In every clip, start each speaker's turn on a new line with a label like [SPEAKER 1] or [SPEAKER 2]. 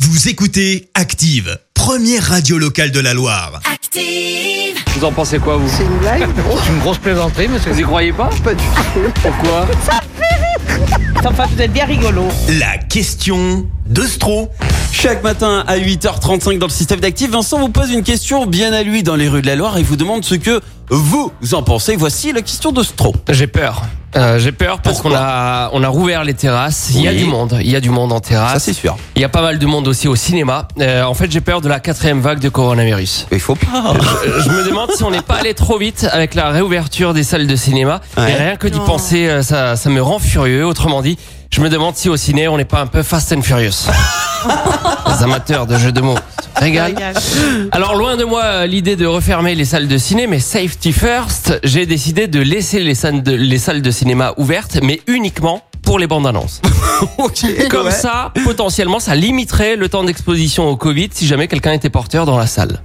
[SPEAKER 1] Vous écoutez Active, première radio locale de la Loire.
[SPEAKER 2] Active!
[SPEAKER 3] Vous en pensez quoi, vous
[SPEAKER 4] C'est une blague
[SPEAKER 3] C'est une grosse plaisanterie, monsieur. Vous y croyez pas
[SPEAKER 4] Pas du tout.
[SPEAKER 3] Pourquoi
[SPEAKER 4] Enfin, vous êtes bien rigolo.
[SPEAKER 1] La question de Stro.
[SPEAKER 5] Chaque matin à 8h35 dans le système d'actifs, Vincent vous pose une question bien à lui dans les rues de la Loire et vous demande ce que vous en pensez. Voici la question de Stro.
[SPEAKER 6] J'ai peur. Euh, j'ai peur parce qu'on
[SPEAKER 5] Pourquoi
[SPEAKER 6] a on a rouvert les terrasses. Il y a
[SPEAKER 5] Oui.
[SPEAKER 6] du monde. Il y a du monde en
[SPEAKER 5] Ça
[SPEAKER 6] terrasse.
[SPEAKER 5] Ah, c'est sûr.
[SPEAKER 6] Il y a pas mal de monde aussi au cinéma. Euh, en fait, j'ai peur de la quatrième vague de coronavirus.
[SPEAKER 5] Il faut pas.
[SPEAKER 6] Euh, Je me demande si on n'est pas allé trop vite avec la réouverture des salles de cinéma.
[SPEAKER 5] Ouais.
[SPEAKER 6] Et rien que d'y
[SPEAKER 2] Non.
[SPEAKER 6] penser, euh, ça ça me rend furieux. Autrement dit, je me demande si au ciné on n'est pas un peu Fast and Furious. les amateurs de jeux de mots. se régalent. Alors loin de moi euh, l'idée de refermer les salles de ciné, mais safety first, j'ai décidé de laisser les salles de, les salles de cinéma ouvertes, mais uniquement pour les bandes annonces. Comme
[SPEAKER 5] Ouais.
[SPEAKER 6] ça, potentiellement, ça limiterait le temps d'exposition au Covid si jamais quelqu'un était porteur dans la salle.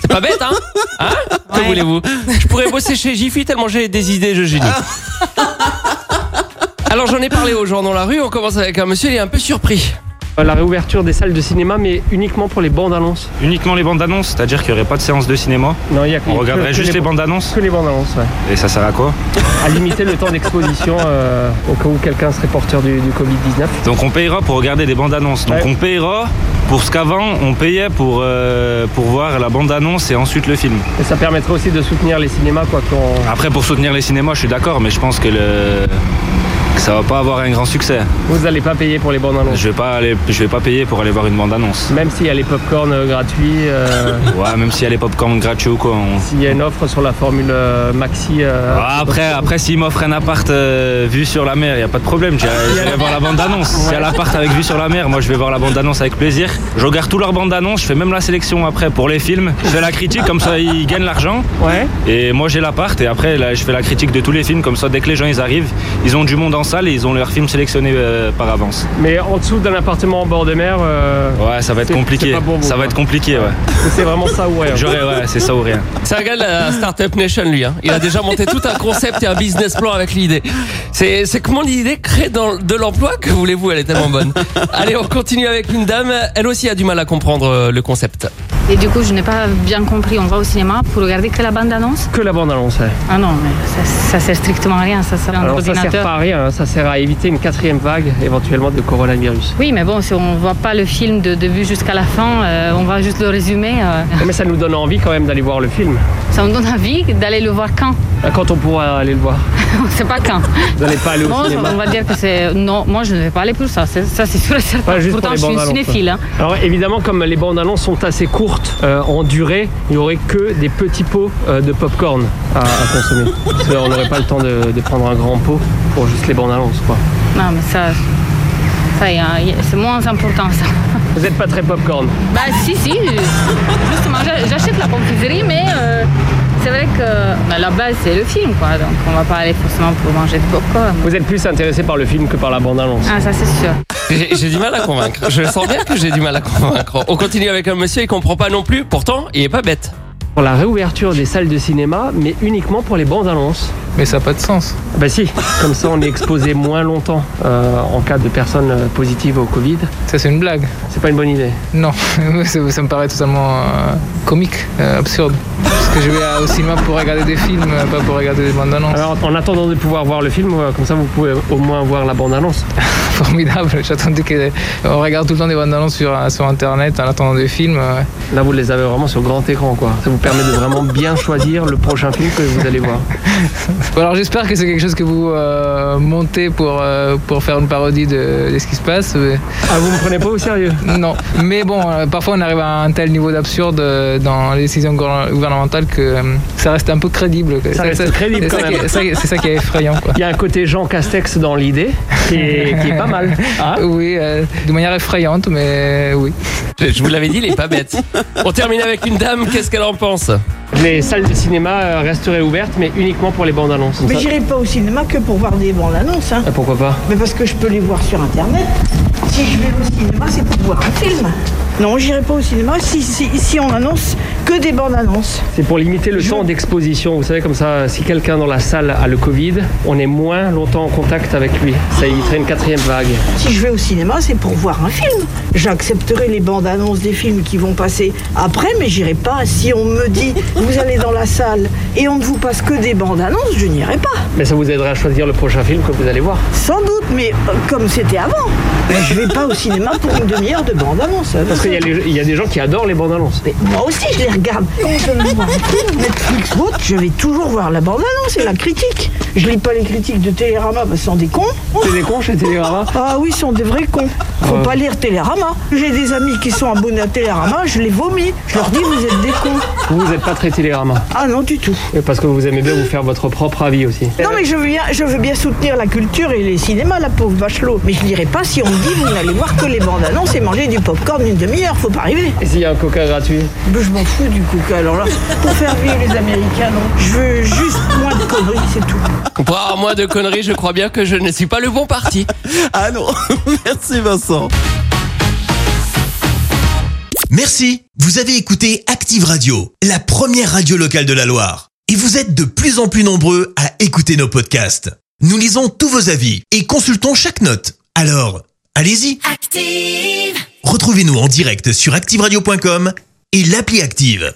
[SPEAKER 6] C'est pas bête, hein Hein Que
[SPEAKER 2] Ouais.
[SPEAKER 6] voulez-vous Je pourrais bosser chez Jiffy tellement j'ai des idées de génie. Alors j'en ai parlé aux gens dans la rue, on commence avec un monsieur, il est un peu surpris. Euh, La réouverture des salles de cinéma, mais uniquement pour les bandes annonces.
[SPEAKER 7] Uniquement les bandes annonces, c'est-à-dire qu'il n'y aurait pas de séance de cinéma.
[SPEAKER 8] Non, il y a que-
[SPEAKER 7] On regarderait
[SPEAKER 8] que
[SPEAKER 7] juste les
[SPEAKER 8] les,
[SPEAKER 7] bandes annonces.
[SPEAKER 8] que les bandes annonces, ouais.
[SPEAKER 7] Et ça sert à quoi
[SPEAKER 8] à limiter le temps d'exposition euh, au cas où quelqu'un serait porteur du, du Covid-19.
[SPEAKER 7] Donc on payera pour regarder des bandes annonces. Donc
[SPEAKER 8] Ouais.
[SPEAKER 7] on payera pour ce qu'avant on payait pour, euh, pour voir la bande annonce et ensuite le film.
[SPEAKER 8] Et ça permettrait aussi de soutenir les cinémas, quoi qu'on.
[SPEAKER 7] Après pour soutenir les cinémas, je suis d'accord, mais je pense que le que ça va pas avoir un grand succès.
[SPEAKER 8] Vous n'allez pas payer pour les bandes annonces.
[SPEAKER 7] Je vais pas aller, je vais pas payer pour aller voir une bande annonce.
[SPEAKER 8] Même s'il y a les popcorn euh, gratuits, euh,
[SPEAKER 7] Ouais, même si elle est popcorn gratuit ou quoi. on-
[SPEAKER 8] s'il y a une offre sur la formule euh, maxi. euh,
[SPEAKER 7] Ah, après, après s'il m'offre un appart euh, vue sur la mer, il n'y a pas de problème. j'irai- J'irai voir la bande-annonce. S'il y a l'appart avec vue sur la mer, moi je vais voir la bande-annonce avec plaisir. Je regarde tous leurs bandes-annonces, je fais même la sélection après pour les films. Je fais la critique, comme ça ils gagnent l'argent.
[SPEAKER 8] Ouais.
[SPEAKER 7] Et moi j'ai l'appart et après là, je fais la critique de tous les films, comme ça dès que les gens ils arrivent, ils ont du monde en salle et ils ont leurs films sélectionnés euh, par avance.
[SPEAKER 8] Mais en dessous d'un appartement en bord de mer, euh,
[SPEAKER 7] Ouais, ça va être
[SPEAKER 8] C'est- c'est
[SPEAKER 7] compliqué.
[SPEAKER 8] pas pour vous,
[SPEAKER 7] Ça va
[SPEAKER 8] quoi.
[SPEAKER 7] être compliqué, ouais.
[SPEAKER 8] c'est vraiment ça ou rien.
[SPEAKER 7] J'aurais, ouais, c'est ça ou rien.
[SPEAKER 6] C'est un gars de la Startup Nation, lui. Hein. Il a déjà monté tout un concept et un business plan avec l'idée. C'est c'est que mon idée crée dans- de l'emploi, que voulez-vous, elle est tellement bonne. Allez, on continue avec une dame. Elle aussi a du mal à comprendre euh, le concept.
[SPEAKER 9] Et du coup, je n'ai pas bien compris. On va au cinéma pour regarder que la bande-annonce
[SPEAKER 8] Que la bande annonce, ouais.
[SPEAKER 9] Ah non, mais ça, ça sert strictement à rien, ça sert à un
[SPEAKER 8] Alors ça sert
[SPEAKER 9] ordinateur.
[SPEAKER 8] pas à rien, hein. ça sert à éviter une quatrième vague éventuellement de coronavirus.
[SPEAKER 9] Oui, mais bon, si on voit pas le film de début jusqu'à la fin, euh, on va juste le résumer. euh.
[SPEAKER 8] Mais ça nous donne envie quand même d'aller voir le film. Euh,
[SPEAKER 9] Ça nous donne envie d'aller le voir quand
[SPEAKER 8] Quand on pourra aller le voir.
[SPEAKER 9] On sait pas quand.
[SPEAKER 8] Vous n'allez pas aller au
[SPEAKER 9] Bon,
[SPEAKER 8] cinéma.
[SPEAKER 9] on va dire que c'est. Non, moi je ne vais pas aller pour ça, c'est- ça c'est sûr et certain.
[SPEAKER 8] Pas juste pour
[SPEAKER 9] Pourtant,
[SPEAKER 8] les
[SPEAKER 9] je suis une
[SPEAKER 8] bandes annonces,
[SPEAKER 9] cinéphile. hein.
[SPEAKER 8] Alors évidemment, comme les bandes annonces sont assez courtes euh, en durée, il n'y aurait que des petits pots euh, de popcorn à, à consommer. Parce qu'on n'aurait pas le temps de, de prendre un grand pot pour juste les bandes annonces. Quoi.
[SPEAKER 9] Non, mais ça. Ça y est, hein, y est- c'est moins important ça.
[SPEAKER 8] Vous n'êtes pas très popcorn.
[SPEAKER 9] Bah si, si, justement, j'a- j'achète la confiserie, mais euh, c'est vrai que bah, la base c'est le film, quoi. Donc on va pas aller forcément pour manger de popcorn.
[SPEAKER 8] Vous êtes plus intéressé par le film que par la bande annonce.
[SPEAKER 9] Ah ça c'est sûr.
[SPEAKER 6] J'ai j'ai du mal à convaincre. Je sens bien que j'ai du mal à convaincre. On continue avec un monsieur, il comprend pas non plus. Pourtant, il est pas bête.
[SPEAKER 8] Pour la réouverture des salles de cinéma, mais uniquement pour les bandes annonces.
[SPEAKER 3] Mais ça n'a pas de sens.
[SPEAKER 8] Bah si, comme ça on est exposé moins longtemps euh, en cas de personnes euh, positives au Covid.
[SPEAKER 3] Ça, c'est une blague.
[SPEAKER 8] C'est pas une bonne idée.
[SPEAKER 3] Non, ça, ça me paraît totalement euh, comique, euh, absurde. Parce que je vais à- au cinéma pour regarder des films, euh, pas pour regarder des bandes annonces.
[SPEAKER 8] Alors en attendant de pouvoir voir le film, euh, comme ça vous pouvez au moins voir la bande annonce.
[SPEAKER 3] Formidable, j'attendais qu'on regarde tout le temps des bandes annonces sur, euh, sur internet en attendant des films. euh.
[SPEAKER 8] Là, vous les avez vraiment sur grand écran, quoi. Ça vous permet de vraiment bien choisir le prochain film que vous allez voir.
[SPEAKER 3] Bon, alors j'espère que c'est quelque chose que vous euh, montez pour, euh, pour faire une parodie de, de ce qui se passe. mais-
[SPEAKER 8] Ah, vous me prenez pas au sérieux
[SPEAKER 3] Non, mais bon, euh, parfois on arrive à un tel niveau d'absurde euh, dans les décisions gour- gouvernementales que euh, ça reste un peu crédible. quoi.
[SPEAKER 8] Ça reste crédible,
[SPEAKER 3] c'est
[SPEAKER 8] quand
[SPEAKER 3] ça
[SPEAKER 8] même.
[SPEAKER 3] qui est- ça qui est- C'est ça qui est effrayant. Quoi.
[SPEAKER 8] Il y a un côté Jean Castex dans l'idée qui est, qui est pas mal. Ah,
[SPEAKER 3] Oui, euh, de manière effrayante, mais oui.
[SPEAKER 6] Je, je vous l'avais dit, il est pas bête. On termine avec une dame, qu'est-ce qu'elle en pense
[SPEAKER 8] les salles de cinéma euh, resteraient ouvertes, mais uniquement pour les bandes annonces.
[SPEAKER 10] Mais j'irai pas au cinéma que pour voir des bandes annonces, hein.
[SPEAKER 8] Ah, pourquoi pas
[SPEAKER 10] mais parce que je peux les voir sur internet. Si je vais au cinéma, c'est pour voir un film. Non, j'irai pas au cinéma si, si, si on annonce que des bandes annonces.
[SPEAKER 8] C'est pour limiter le temps d'exposition. Vous savez, comme ça, si quelqu'un dans la salle a le Covid, on est moins longtemps en contact avec lui. Ça éviterait une quatrième vague.
[SPEAKER 10] Si je vais au cinéma, c'est pour voir un film. J'accepterai les bandes annonces des films qui vont passer après, mais j'irai pas. Si on me dit vous allez dans la salle et on ne vous passe que des bandes annonces, je n'irai pas.
[SPEAKER 8] Mais ça vous aidera à choisir le prochain film que vous allez voir.
[SPEAKER 10] Sans doute, mais euh, comme c'était avant. Mais je vais pas au cinéma pour une demi-heure de bandes annonces.
[SPEAKER 8] Parce qu'il y, a les- il y a des gens qui adorent les bandes annonces.
[SPEAKER 10] Mais moi aussi, je les regarde. Quand je veux voir un film, Netflix ou autre, je vais toujours voir la bande-annonce et la critique. Je lis pas les critiques de Télérama parce que sont des cons.
[SPEAKER 8] C'est des cons chez Télérama
[SPEAKER 10] Ah oui, ils sont des vrais cons. Faut pas lire Télérama. J'ai des amis qui sont abonnés à Télérama, je les vomis. Je leur dis, vous êtes des cons.
[SPEAKER 8] Vous n'êtes pas très Télérama.
[SPEAKER 10] Ah non, du tout.
[SPEAKER 8] Et Parce que vous aimez bien vous faire votre propre avis aussi.
[SPEAKER 10] Non, mais je veux, bien, je veux bien soutenir la culture et les cinémas, la pauvre Bachelot. Mais je lirai pas si on me dit, vous n'allez voir que les bandes annonces et manger du popcorn une demi-heure. Faut pas arriver.
[SPEAKER 8] Et s'il y a un coca gratuit
[SPEAKER 10] Ben, je m'en fous du coca. Alors là, pour faire vivre les Américains, non. Je veux juste moins de conneries, c'est tout.
[SPEAKER 6] Pour avoir moins de conneries, je crois bien que je ne suis pas le bon parti.
[SPEAKER 5] Ah non, merci Vincent.
[SPEAKER 1] Merci. Vous avez écouté Active Radio, la première radio locale de la Loire. Et vous êtes de plus en plus nombreux à écouter nos podcasts. Nous lisons tous vos avis et consultons chaque note. Alors, allez-y.
[SPEAKER 2] Active.
[SPEAKER 1] Retrouvez-nous en direct sur activeradio.com et l'appli Active.